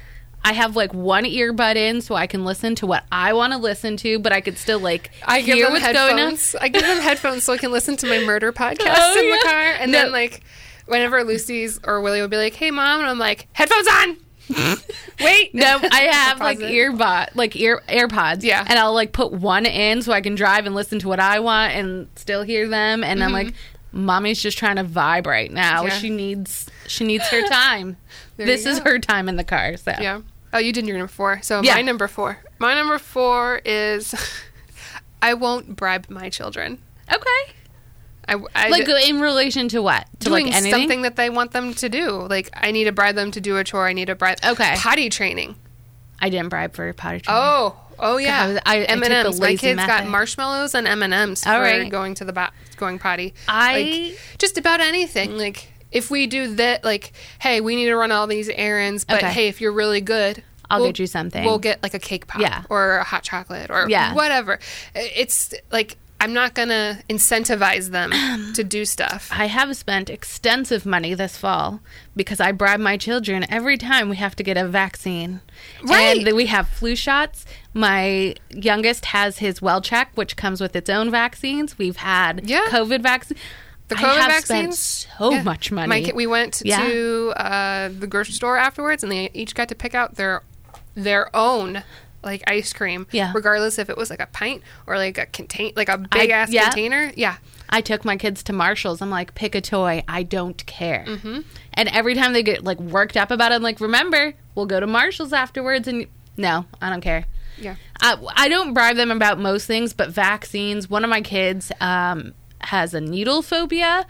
[SPEAKER 2] I have like one earbud in so I can listen to what I want to listen to, but I could still like
[SPEAKER 1] I give
[SPEAKER 2] hear
[SPEAKER 1] them
[SPEAKER 2] what's going on.
[SPEAKER 1] headphones. I give them headphones so I can listen to my murder podcast
[SPEAKER 2] Oh,
[SPEAKER 1] in the
[SPEAKER 2] yeah.
[SPEAKER 1] car. And
[SPEAKER 2] No.
[SPEAKER 1] then like whenever Lucy's or Willie will be like, "Hey mom," and I'm like, "Headphones on." Wait,
[SPEAKER 2] No, I have
[SPEAKER 1] Pause
[SPEAKER 2] like
[SPEAKER 1] it.
[SPEAKER 2] earbud, like ear AirPods.
[SPEAKER 1] Yeah.
[SPEAKER 2] and I'll like put one in so I can drive and listen to what I want and still hear them. And I'm like, mommy's just trying to vibe right now.
[SPEAKER 1] Mm-hmm. Yeah.
[SPEAKER 2] She needs she needs her time.
[SPEAKER 1] There
[SPEAKER 2] this
[SPEAKER 1] you
[SPEAKER 2] is
[SPEAKER 1] go.
[SPEAKER 2] her time in the car. So
[SPEAKER 1] Yeah. Oh, you did your number four. So
[SPEAKER 2] Yeah.
[SPEAKER 1] my number four. My number four is I won't bribe my children.
[SPEAKER 2] okay,
[SPEAKER 1] I, I
[SPEAKER 2] like in relation to what to
[SPEAKER 1] doing
[SPEAKER 2] like anything.
[SPEAKER 1] something that they want them to do. Like I need to bribe them to do a chore. I need to bribe.
[SPEAKER 2] Okay.
[SPEAKER 1] Potty training.
[SPEAKER 2] I didn't bribe for potty training.
[SPEAKER 1] Oh. Oh
[SPEAKER 2] I was-
[SPEAKER 1] yeah,
[SPEAKER 2] I- I took the
[SPEAKER 1] M and M's. My
[SPEAKER 2] lazy
[SPEAKER 1] kids got
[SPEAKER 2] method.
[SPEAKER 1] marshmallows and M and M's for
[SPEAKER 2] All right.
[SPEAKER 1] going to the bo- going potty.
[SPEAKER 2] I-
[SPEAKER 1] like, just about anything. Like if we do that, like hey, we need to run all these errands, but
[SPEAKER 2] Okay.
[SPEAKER 1] hey, if you're really good,
[SPEAKER 2] I'll get you something.
[SPEAKER 1] We'll get like a cake pop,
[SPEAKER 2] Yeah.
[SPEAKER 1] or a hot chocolate, or
[SPEAKER 2] Yeah.
[SPEAKER 1] whatever. I- It's like I'm not gonna incentivize them to do stuff.
[SPEAKER 2] I have spent extensive money this fall because I bribe my children every time we have to get a vaccine.
[SPEAKER 1] Right.
[SPEAKER 2] And then we have flu shots. My youngest has his well check, which comes with its own vaccines. We've had
[SPEAKER 1] Yeah.
[SPEAKER 2] COVID vaccine.
[SPEAKER 1] The
[SPEAKER 2] I
[SPEAKER 1] COVID
[SPEAKER 2] have
[SPEAKER 1] vaccines?
[SPEAKER 2] spent so
[SPEAKER 1] Yeah.
[SPEAKER 2] much money.
[SPEAKER 1] My ki- we went
[SPEAKER 2] Yeah.
[SPEAKER 1] to uh, the grocery store afterwards, and they each got to pick out their their own like ice cream.
[SPEAKER 2] Yeah.
[SPEAKER 1] Regardless if it was like a pint or like a contain, like a
[SPEAKER 2] I-
[SPEAKER 1] big ass
[SPEAKER 2] yeah.
[SPEAKER 1] container. Yeah.
[SPEAKER 2] I took my kids to Marshalls. I'm like, pick a toy. I don't care.
[SPEAKER 1] Mm-hmm.
[SPEAKER 2] And every time they get like worked up about it, I'm like, remember, we'll go to Marshalls afterwards and No, I don't care.
[SPEAKER 1] Yeah.
[SPEAKER 2] I, I don't bribe them about most things, but vaccines. One of my kids um, has a needle phobia,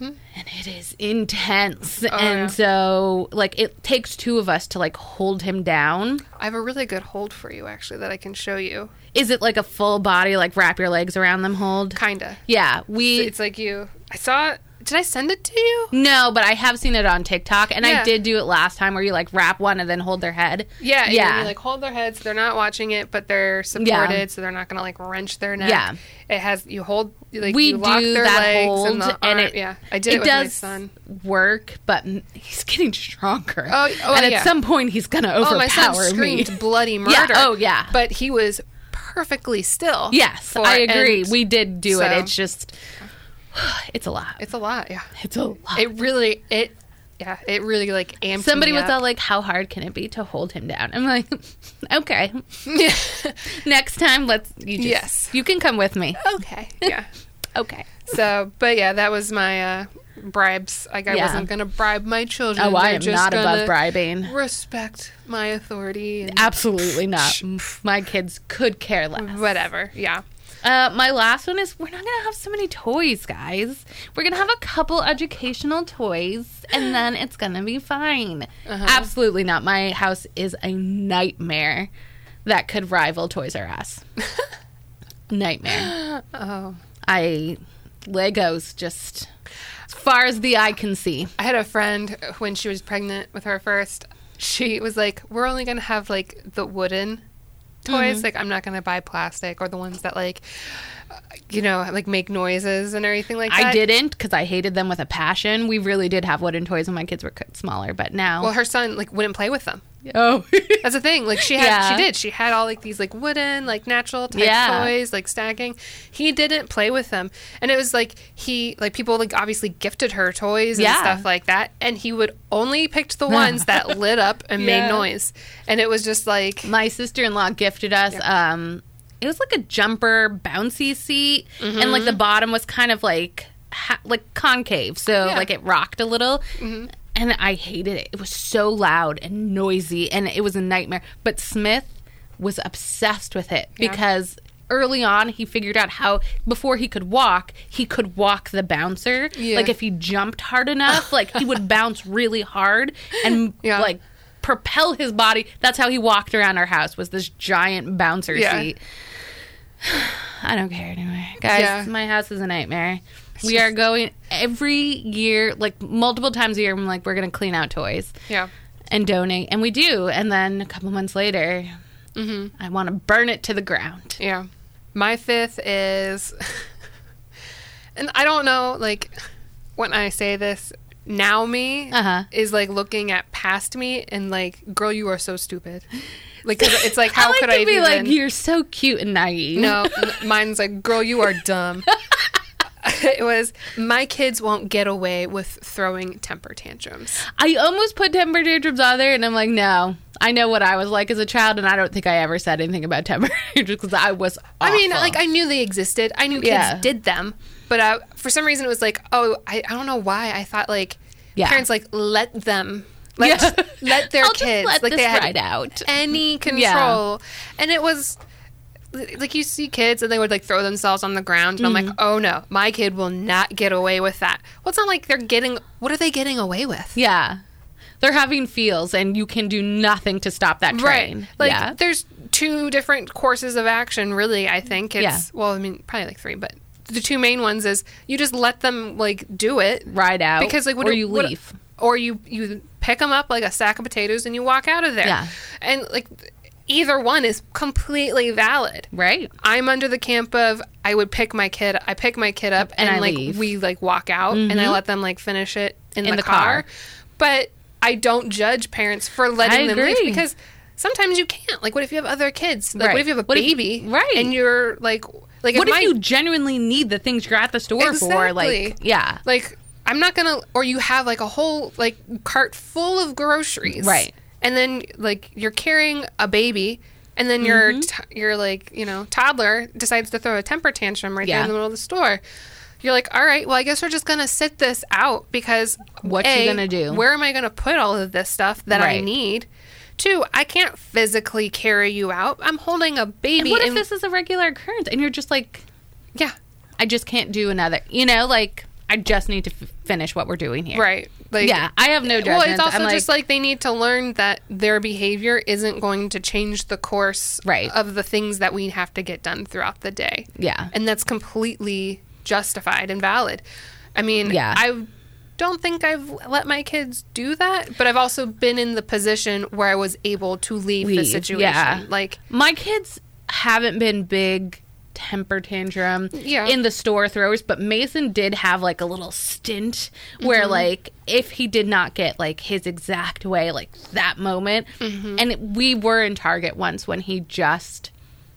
[SPEAKER 2] and it is intense. and
[SPEAKER 1] Mm-hmm. Oh, yeah.
[SPEAKER 2] so, like, it takes two of us to like hold him down.
[SPEAKER 1] I have a really good hold for you, actually, that I can show you.
[SPEAKER 2] Is it like a full body, like wrap your legs around them hold?
[SPEAKER 1] Kinda.
[SPEAKER 2] Yeah, we.
[SPEAKER 1] It's like you. I saw. Did I send it to you?
[SPEAKER 2] no, but I have seen it on TikTok, and I
[SPEAKER 1] Yeah.
[SPEAKER 2] did do it last time where you like wrap one and then hold their head.
[SPEAKER 1] Yeah, and
[SPEAKER 2] Yeah.
[SPEAKER 1] You, like hold their heads. They're not watching it, but they're supported, so they're not gonna like wrench their neck.
[SPEAKER 2] Yeah.
[SPEAKER 1] it has you hold like
[SPEAKER 2] We
[SPEAKER 1] you lock
[SPEAKER 2] do
[SPEAKER 1] their
[SPEAKER 2] that
[SPEAKER 1] legs
[SPEAKER 2] hold,
[SPEAKER 1] and, the arm-
[SPEAKER 2] and it-
[SPEAKER 1] yeah, I did it, with my son.
[SPEAKER 2] work, but m- he's getting stronger.
[SPEAKER 1] Oh, oh,
[SPEAKER 2] and at
[SPEAKER 1] yeah.
[SPEAKER 2] some point he's gonna overpower
[SPEAKER 1] Oh, my son
[SPEAKER 2] me.
[SPEAKER 1] screamed bloody murder.
[SPEAKER 2] oh, yeah.
[SPEAKER 1] but he was perfectly still.
[SPEAKER 2] Yes,
[SPEAKER 1] for-
[SPEAKER 2] I agree.
[SPEAKER 1] and
[SPEAKER 2] We did do it.
[SPEAKER 1] so-
[SPEAKER 2] It's just, it's a lot.
[SPEAKER 1] It's a lot. Yeah,
[SPEAKER 2] It's a lot.
[SPEAKER 1] it really it. Yeah, it really like amped
[SPEAKER 2] Somebody
[SPEAKER 1] me
[SPEAKER 2] was all like, "How hard can it be to hold him down?" I'm like, "Okay,
[SPEAKER 1] all.
[SPEAKER 2] next time let's." You just,
[SPEAKER 1] Yes.
[SPEAKER 2] you can come with me.
[SPEAKER 1] okay. Yeah.
[SPEAKER 2] Okay.
[SPEAKER 1] So, but yeah, that was my uh, bribes. Like I
[SPEAKER 2] Yeah.
[SPEAKER 1] wasn't gonna bribe my children.
[SPEAKER 2] Oh, I
[SPEAKER 1] They're
[SPEAKER 2] am
[SPEAKER 1] just
[SPEAKER 2] not above
[SPEAKER 1] gonna
[SPEAKER 2] bribing.
[SPEAKER 1] Respect my authority. And
[SPEAKER 2] Absolutely not. My kids could care less.
[SPEAKER 1] Whatever. Yeah.
[SPEAKER 2] Uh, my last one is we're not gonna have so many toys, guys. We're gonna have a couple educational toys, and then it's gonna be fine. Absolutely not. My house is a nightmare that could rival Toys R Us. nightmare.
[SPEAKER 1] Oh.
[SPEAKER 2] I Legos just as far as the eye can see.
[SPEAKER 1] I had a friend when she was pregnant with her first. She was like, "We're only gonna have like the wooden toys. Like, I'm not gonna buy plastic or the ones that like, uh, you know, like make noises and everything like that."
[SPEAKER 2] I didn't because I hated them with a passion. We really did have wooden toys when my kids were c- smaller, but now
[SPEAKER 1] Well, her son like wouldn't play with them.
[SPEAKER 2] oh.
[SPEAKER 1] That's the thing. Like she had,
[SPEAKER 2] Yeah.
[SPEAKER 1] she did. She had all like these like wooden, like natural type
[SPEAKER 2] Yeah.
[SPEAKER 1] toys, like stacking. He didn't play with them, and it was like he, like people, like obviously gifted her toys and
[SPEAKER 2] Yeah.
[SPEAKER 1] stuff like that, and he would only pick the ones that lit up and
[SPEAKER 2] Yeah.
[SPEAKER 1] made noise, and it was just like
[SPEAKER 2] my sister-in-law gifted us um it was like a jumper bouncy seat and
[SPEAKER 1] Mm-hmm.
[SPEAKER 2] like the bottom was kind of like ha- like concave so
[SPEAKER 1] Yeah. Mm-hmm.
[SPEAKER 2] like it rocked a little and i hated it it was so loud and noisy and it was a nightmare but smith was obsessed with it
[SPEAKER 1] Yeah.
[SPEAKER 2] because early on he figured out how before he could walk he could walk the bouncer
[SPEAKER 1] Yeah.
[SPEAKER 2] like if he jumped hard enough like he would bounce really hard and
[SPEAKER 1] Yeah.
[SPEAKER 2] like propel his body. That's how he walked around our house was this giant bouncer
[SPEAKER 1] Yeah.
[SPEAKER 2] seat. I don't care anymore. Guys,
[SPEAKER 1] Yeah.
[SPEAKER 2] my house is a nightmare. we are going every year, like multiple times a year, I'm like, we're going to clean out toys
[SPEAKER 1] yeah,
[SPEAKER 2] and donate. And we do. And then a couple months later,
[SPEAKER 1] Mm-hmm.
[SPEAKER 2] I want to burn it to the ground.
[SPEAKER 1] yeah. My fifth is, and I don't know, like when I say this. Now me
[SPEAKER 2] Uh-huh.
[SPEAKER 1] is like looking at past me and like, girl, you are so stupid. Like, 'cause it's like, how
[SPEAKER 2] I like
[SPEAKER 1] could
[SPEAKER 2] to
[SPEAKER 1] I
[SPEAKER 2] be
[SPEAKER 1] even?
[SPEAKER 2] like, you're so cute and naive.
[SPEAKER 1] No, m- mine's like, girl, you are dumb. it was, my kids won't get away with throwing temper tantrums.
[SPEAKER 2] I almost put temper tantrums on there, and I'm like, no, I know what I was like as a child, and I don't think I ever said anything about temper tantrums because I was.
[SPEAKER 1] I mean,
[SPEAKER 2] awful.
[SPEAKER 1] like, I knew they existed. I knew kids
[SPEAKER 2] Yeah.
[SPEAKER 1] did them. But uh, for some reason, it was like, oh, I, I don't know why. I thought, like,
[SPEAKER 2] Yeah.
[SPEAKER 1] parents, like, let them. Let,
[SPEAKER 2] Yeah.
[SPEAKER 1] let their
[SPEAKER 2] I'll just
[SPEAKER 1] kids
[SPEAKER 2] let
[SPEAKER 1] like
[SPEAKER 2] this
[SPEAKER 1] they had
[SPEAKER 2] ride out.
[SPEAKER 1] any control and it was like you see kids and they would like throw themselves on the ground and i'm like
[SPEAKER 2] Mm-hmm.
[SPEAKER 1] oh no my kid will not get away with that well it's not like they're getting what are they getting away with
[SPEAKER 2] yeah, they're having feels, and you can do nothing to stop that train.
[SPEAKER 1] Right. Like
[SPEAKER 2] yeah,
[SPEAKER 1] there's two different courses of action really, I think. It's
[SPEAKER 2] Yeah.
[SPEAKER 1] well, I mean, probably like three, but the two main ones is you just let them like do it
[SPEAKER 2] ride out
[SPEAKER 1] because like what
[SPEAKER 2] or
[SPEAKER 1] do-
[SPEAKER 2] you
[SPEAKER 1] what-
[SPEAKER 2] leave.
[SPEAKER 1] or you you pick them up like a sack of potatoes and you walk out of there.
[SPEAKER 2] Yeah.
[SPEAKER 1] And like either one is completely valid.
[SPEAKER 2] Right.
[SPEAKER 1] I'm under the camp of I would pick my kid. I pick my kid up
[SPEAKER 2] And
[SPEAKER 1] and,
[SPEAKER 2] I
[SPEAKER 1] like
[SPEAKER 2] leave. Mm-hmm.
[SPEAKER 1] we like walk out and I let them like finish it in, the, car. But I don't judge parents for letting
[SPEAKER 2] I
[SPEAKER 1] them leave
[SPEAKER 2] agree.
[SPEAKER 1] because sometimes you can't. Like, what if you have other kids? Like,
[SPEAKER 2] Right.
[SPEAKER 1] what if you have a
[SPEAKER 2] What if-
[SPEAKER 1] baby?
[SPEAKER 2] right.
[SPEAKER 1] And you're like, like
[SPEAKER 2] What
[SPEAKER 1] if, my,
[SPEAKER 2] if you genuinely need the things you're at the store for?
[SPEAKER 1] Exactly.
[SPEAKER 2] Like, yeah,
[SPEAKER 1] like I'm not gonna or you have like a whole like cart full of groceries,
[SPEAKER 2] Right.
[SPEAKER 1] And then like you're carrying a baby, and then
[SPEAKER 2] Mm-hmm.
[SPEAKER 1] your t- your like you know toddler decides to throw a temper tantrum right
[SPEAKER 2] Yeah.
[SPEAKER 1] there in the middle of the store. You're like, all right, well, I guess we're just gonna sit this out because
[SPEAKER 2] What you
[SPEAKER 1] A,
[SPEAKER 2] gonna do?"
[SPEAKER 1] Where am I gonna put all of this stuff that I
[SPEAKER 2] Right.
[SPEAKER 1] need? Two, I can't physically carry you out. I'm holding a
[SPEAKER 2] And
[SPEAKER 1] baby.
[SPEAKER 2] what if
[SPEAKER 1] and-
[SPEAKER 2] this is a regular occurrence and you're just like,
[SPEAKER 1] Yeah,
[SPEAKER 2] I just can't do another, you know, like I just need to f- finish what we're doing here.
[SPEAKER 1] right. Like,
[SPEAKER 2] yeah. I have no judgment.
[SPEAKER 1] Well, it's also
[SPEAKER 2] I'm like,
[SPEAKER 1] just like they need to learn that their behavior isn't going to change the course
[SPEAKER 2] Right.
[SPEAKER 1] of the things that we have to get done throughout the day.
[SPEAKER 2] yeah.
[SPEAKER 1] And that's completely justified and valid. I mean,
[SPEAKER 2] Yeah.
[SPEAKER 1] I don't think I've let my kids do that, but I've also been in the position where I was able to leave, the
[SPEAKER 2] Leave,
[SPEAKER 1] situation.
[SPEAKER 2] yeah.
[SPEAKER 1] Like,
[SPEAKER 2] My kids haven't been big temper tantrum
[SPEAKER 1] Yeah.
[SPEAKER 2] in the store throwers, but Mason did have like a little stint
[SPEAKER 1] Mm-hmm.
[SPEAKER 2] where like if he did not get like his exact way, like that moment,
[SPEAKER 1] Mm-hmm.
[SPEAKER 2] and we were in Target once when he just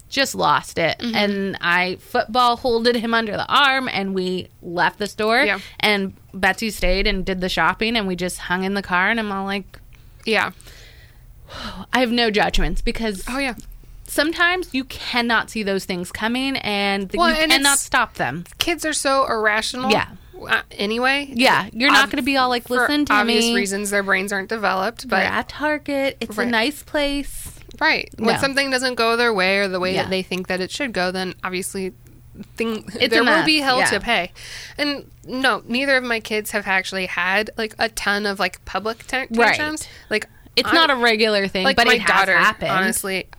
[SPEAKER 2] just lost it
[SPEAKER 1] Mm-hmm.
[SPEAKER 2] and I football holded him under the arm and we left the store
[SPEAKER 1] Yeah.
[SPEAKER 2] and Betsy stayed and did the shopping and we just hung in the car and I'm all like
[SPEAKER 1] yeah.
[SPEAKER 2] I have no judgments because
[SPEAKER 1] Oh, yeah.
[SPEAKER 2] sometimes you cannot see those things coming and th-
[SPEAKER 1] Well,
[SPEAKER 2] you
[SPEAKER 1] and
[SPEAKER 2] cannot
[SPEAKER 1] it's-
[SPEAKER 2] stop them.
[SPEAKER 1] Kids are so irrational.
[SPEAKER 2] Yeah.
[SPEAKER 1] uh, Anyway.
[SPEAKER 2] Yeah, you're not
[SPEAKER 1] Ob-
[SPEAKER 2] going to be all like, listen
[SPEAKER 1] for
[SPEAKER 2] to
[SPEAKER 1] obvious
[SPEAKER 2] me.
[SPEAKER 1] reasons, their brains aren't developed.
[SPEAKER 2] We're
[SPEAKER 1] But
[SPEAKER 2] at Target. It's
[SPEAKER 1] Right.
[SPEAKER 2] a nice place.
[SPEAKER 1] Right. When
[SPEAKER 2] No.
[SPEAKER 1] something doesn't go their way or the way
[SPEAKER 2] Yeah.
[SPEAKER 1] that they think that it should go, then obviously thing,
[SPEAKER 2] It's
[SPEAKER 1] there
[SPEAKER 2] a
[SPEAKER 1] will
[SPEAKER 2] mess.
[SPEAKER 1] be hell
[SPEAKER 2] Yeah.
[SPEAKER 1] to pay. And no, neither of my kids have actually had like a ton of like public ta-
[SPEAKER 2] Right.
[SPEAKER 1] tantrums. Like
[SPEAKER 2] It's
[SPEAKER 1] hon-
[SPEAKER 2] not a regular thing,
[SPEAKER 1] like
[SPEAKER 2] but
[SPEAKER 1] my
[SPEAKER 2] it has
[SPEAKER 1] daughter.
[SPEAKER 2] happened.
[SPEAKER 1] Honestly,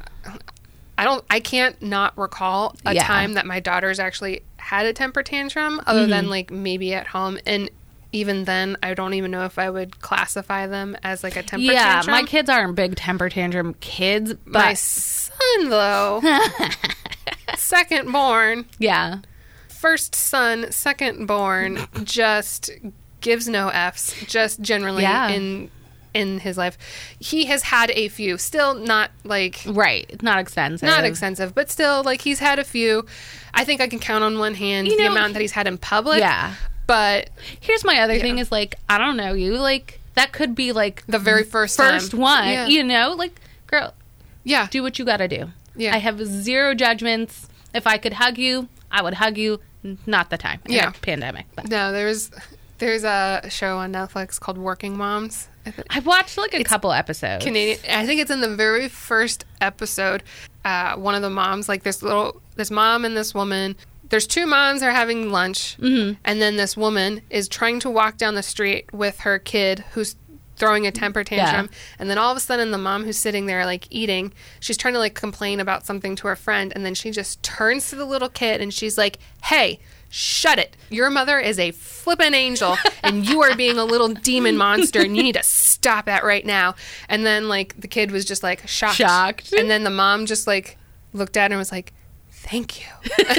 [SPEAKER 1] I don't. I can't not recall a
[SPEAKER 2] Yeah.
[SPEAKER 1] time that my daughter's actually had a temper tantrum, other
[SPEAKER 2] Mm-hmm.
[SPEAKER 1] than like maybe at home and. Even then, I don't even know if I would classify them as like a temper
[SPEAKER 2] yeah,
[SPEAKER 1] tantrum.
[SPEAKER 2] my kids aren't big temper tantrum kids, but
[SPEAKER 1] My son, though, second born,
[SPEAKER 2] yeah,
[SPEAKER 1] first son, second born, just gives no f's. Just generally
[SPEAKER 2] Yeah.
[SPEAKER 1] in in his life, he has had a few. Still not like
[SPEAKER 2] right. It's not extensive.
[SPEAKER 1] not extensive, but still like he's had a few. I think I can count on one hand
[SPEAKER 2] You
[SPEAKER 1] the
[SPEAKER 2] know,
[SPEAKER 1] amount that he's had in public.
[SPEAKER 2] Yeah.
[SPEAKER 1] but
[SPEAKER 2] Here's my other thing is like, I don't know you. Like, that could be like
[SPEAKER 1] the very first
[SPEAKER 2] first
[SPEAKER 1] time.
[SPEAKER 2] one,
[SPEAKER 1] yeah,
[SPEAKER 2] you know? Like, girl,
[SPEAKER 1] yeah.
[SPEAKER 2] do what you gotta do.
[SPEAKER 1] Yeah.
[SPEAKER 2] I have zero judgments. If I could hug you, I would hug you. N- Not the time. In a
[SPEAKER 1] Yeah.
[SPEAKER 2] pandemic. But
[SPEAKER 1] no. There's there's a show on Netflix called Working Moms. I think.
[SPEAKER 2] I've watched like a couple episodes.
[SPEAKER 1] Canadian. I think it's in the very first episode. Uh, one of the moms, like this little, this mom and this woman. There's two moms are having lunch, and then this woman is trying to walk down the street with her kid who's throwing a temper tantrum. And then all of a sudden, the mom who's sitting there like eating, she's trying to like complain about something to her friend, and then she just turns to the little kid and she's like, "Hey." Shut it. Your mother is a flippin' angel and you are being a little demon monster and you need to stop that right now. And then like the kid was just like shocked.
[SPEAKER 2] Shocked.
[SPEAKER 1] And then the mom just like looked at her and was like, Thank you.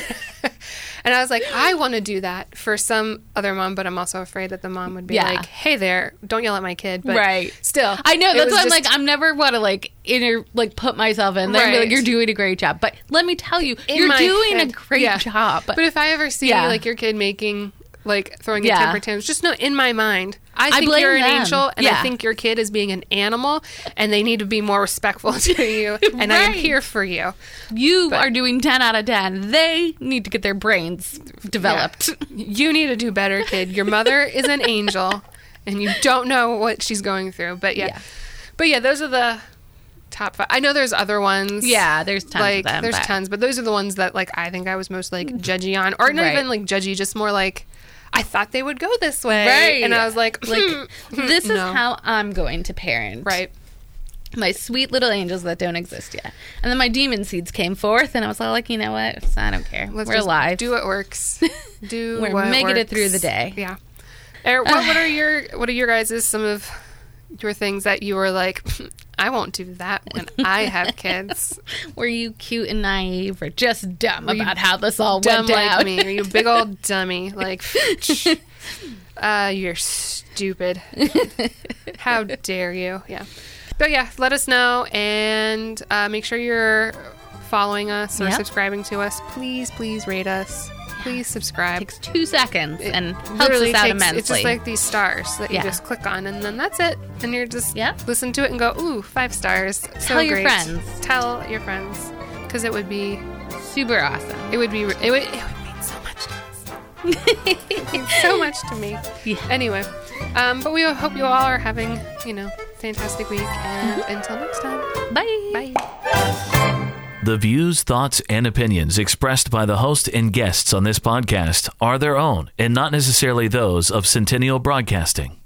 [SPEAKER 1] and I was like, I want to do that for some other mom, but I'm also afraid that the mom would be
[SPEAKER 2] Yeah.
[SPEAKER 1] like, Hey there, don't yell at my kid. But
[SPEAKER 2] Right.
[SPEAKER 1] still.
[SPEAKER 2] I know
[SPEAKER 1] it
[SPEAKER 2] that's
[SPEAKER 1] was
[SPEAKER 2] why I'm
[SPEAKER 1] just-
[SPEAKER 2] like I'm never want to like inner like put myself in there. and be
[SPEAKER 1] Right.
[SPEAKER 2] Like you're doing a great job, but let me tell you,
[SPEAKER 1] in
[SPEAKER 2] you're
[SPEAKER 1] my
[SPEAKER 2] doing a
[SPEAKER 1] head.
[SPEAKER 2] great
[SPEAKER 1] Yeah.
[SPEAKER 2] job.
[SPEAKER 1] But if I ever see
[SPEAKER 2] Yeah.
[SPEAKER 1] like your kid making like throwing
[SPEAKER 2] Yeah.
[SPEAKER 1] a temper tantrum, just know in my mind, I
[SPEAKER 2] I
[SPEAKER 1] think
[SPEAKER 2] blame
[SPEAKER 1] you're an
[SPEAKER 2] them.
[SPEAKER 1] angel, and
[SPEAKER 2] Yeah.
[SPEAKER 1] I think your kid is being an animal, and they need to be more respectful to you. And I am
[SPEAKER 2] Right.
[SPEAKER 1] here for you.
[SPEAKER 2] you are doing ten out of ten. They need to get their brains developed.
[SPEAKER 1] You need to do better, kid. Your mother is an angel, and you don't know what she's going through. But yeah,
[SPEAKER 2] Yeah.
[SPEAKER 1] but yeah, those are the top five. I know there's other ones.
[SPEAKER 2] Yeah, there's tons
[SPEAKER 1] like
[SPEAKER 2] of them.
[SPEAKER 1] there's
[SPEAKER 2] but-
[SPEAKER 1] tons, but those are the ones that like I think I was most like judgy on, or not
[SPEAKER 2] Right.
[SPEAKER 1] even like judgy, just more like I thought they would go this way,
[SPEAKER 2] Right.
[SPEAKER 1] And I was like,
[SPEAKER 2] Like
[SPEAKER 1] hmm, hmm,
[SPEAKER 2] this is
[SPEAKER 1] no.
[SPEAKER 2] how I'm going to parent.
[SPEAKER 1] right,
[SPEAKER 2] my sweet little angels that don't exist yet. And then my demon seeds came forth, and I was all like, you know what? I don't care.
[SPEAKER 1] let's
[SPEAKER 2] We're
[SPEAKER 1] just
[SPEAKER 2] alive.
[SPEAKER 1] do what works, do
[SPEAKER 2] We're
[SPEAKER 1] what
[SPEAKER 2] making it
[SPEAKER 1] works.
[SPEAKER 2] through the day.
[SPEAKER 1] Yeah, Eric, what, what are your what are your guys' some of your things that you were like, I won't do that when I have kids.
[SPEAKER 2] Were you cute and naive, or just dumb
[SPEAKER 1] you
[SPEAKER 2] about how this all
[SPEAKER 1] dumb
[SPEAKER 2] went down?
[SPEAKER 1] like me, or you big old dummy. Like, uh, you're stupid. How dare you? Yeah. But yeah, let us know and uh, make sure you're following us or
[SPEAKER 2] Yep.
[SPEAKER 1] subscribing to us. Please, please rate us. Please subscribe.
[SPEAKER 2] takes two seconds
[SPEAKER 1] It
[SPEAKER 2] and helps
[SPEAKER 1] literally
[SPEAKER 2] us out
[SPEAKER 1] takes-
[SPEAKER 2] immensely.
[SPEAKER 1] It's just like these stars that
[SPEAKER 2] Yeah.
[SPEAKER 1] you just click on, and then that's it. And you're just
[SPEAKER 2] Yep.
[SPEAKER 1] listen to it and go, ooh, five stars. So
[SPEAKER 2] Tell your
[SPEAKER 1] great.
[SPEAKER 2] friends.
[SPEAKER 1] Tell your friends, because it would be
[SPEAKER 2] Super awesome.
[SPEAKER 1] it would be. It would, it would mean so much to us. it means so much to me.
[SPEAKER 2] Yeah.
[SPEAKER 1] Anyway, um, but we hope you all are having, you know, fantastic week, and until next time,
[SPEAKER 2] Bye.
[SPEAKER 1] bye.
[SPEAKER 3] The views, thoughts, and opinions expressed by the host and guests on this podcast are their own and not necessarily those of Centennial Broadcasting.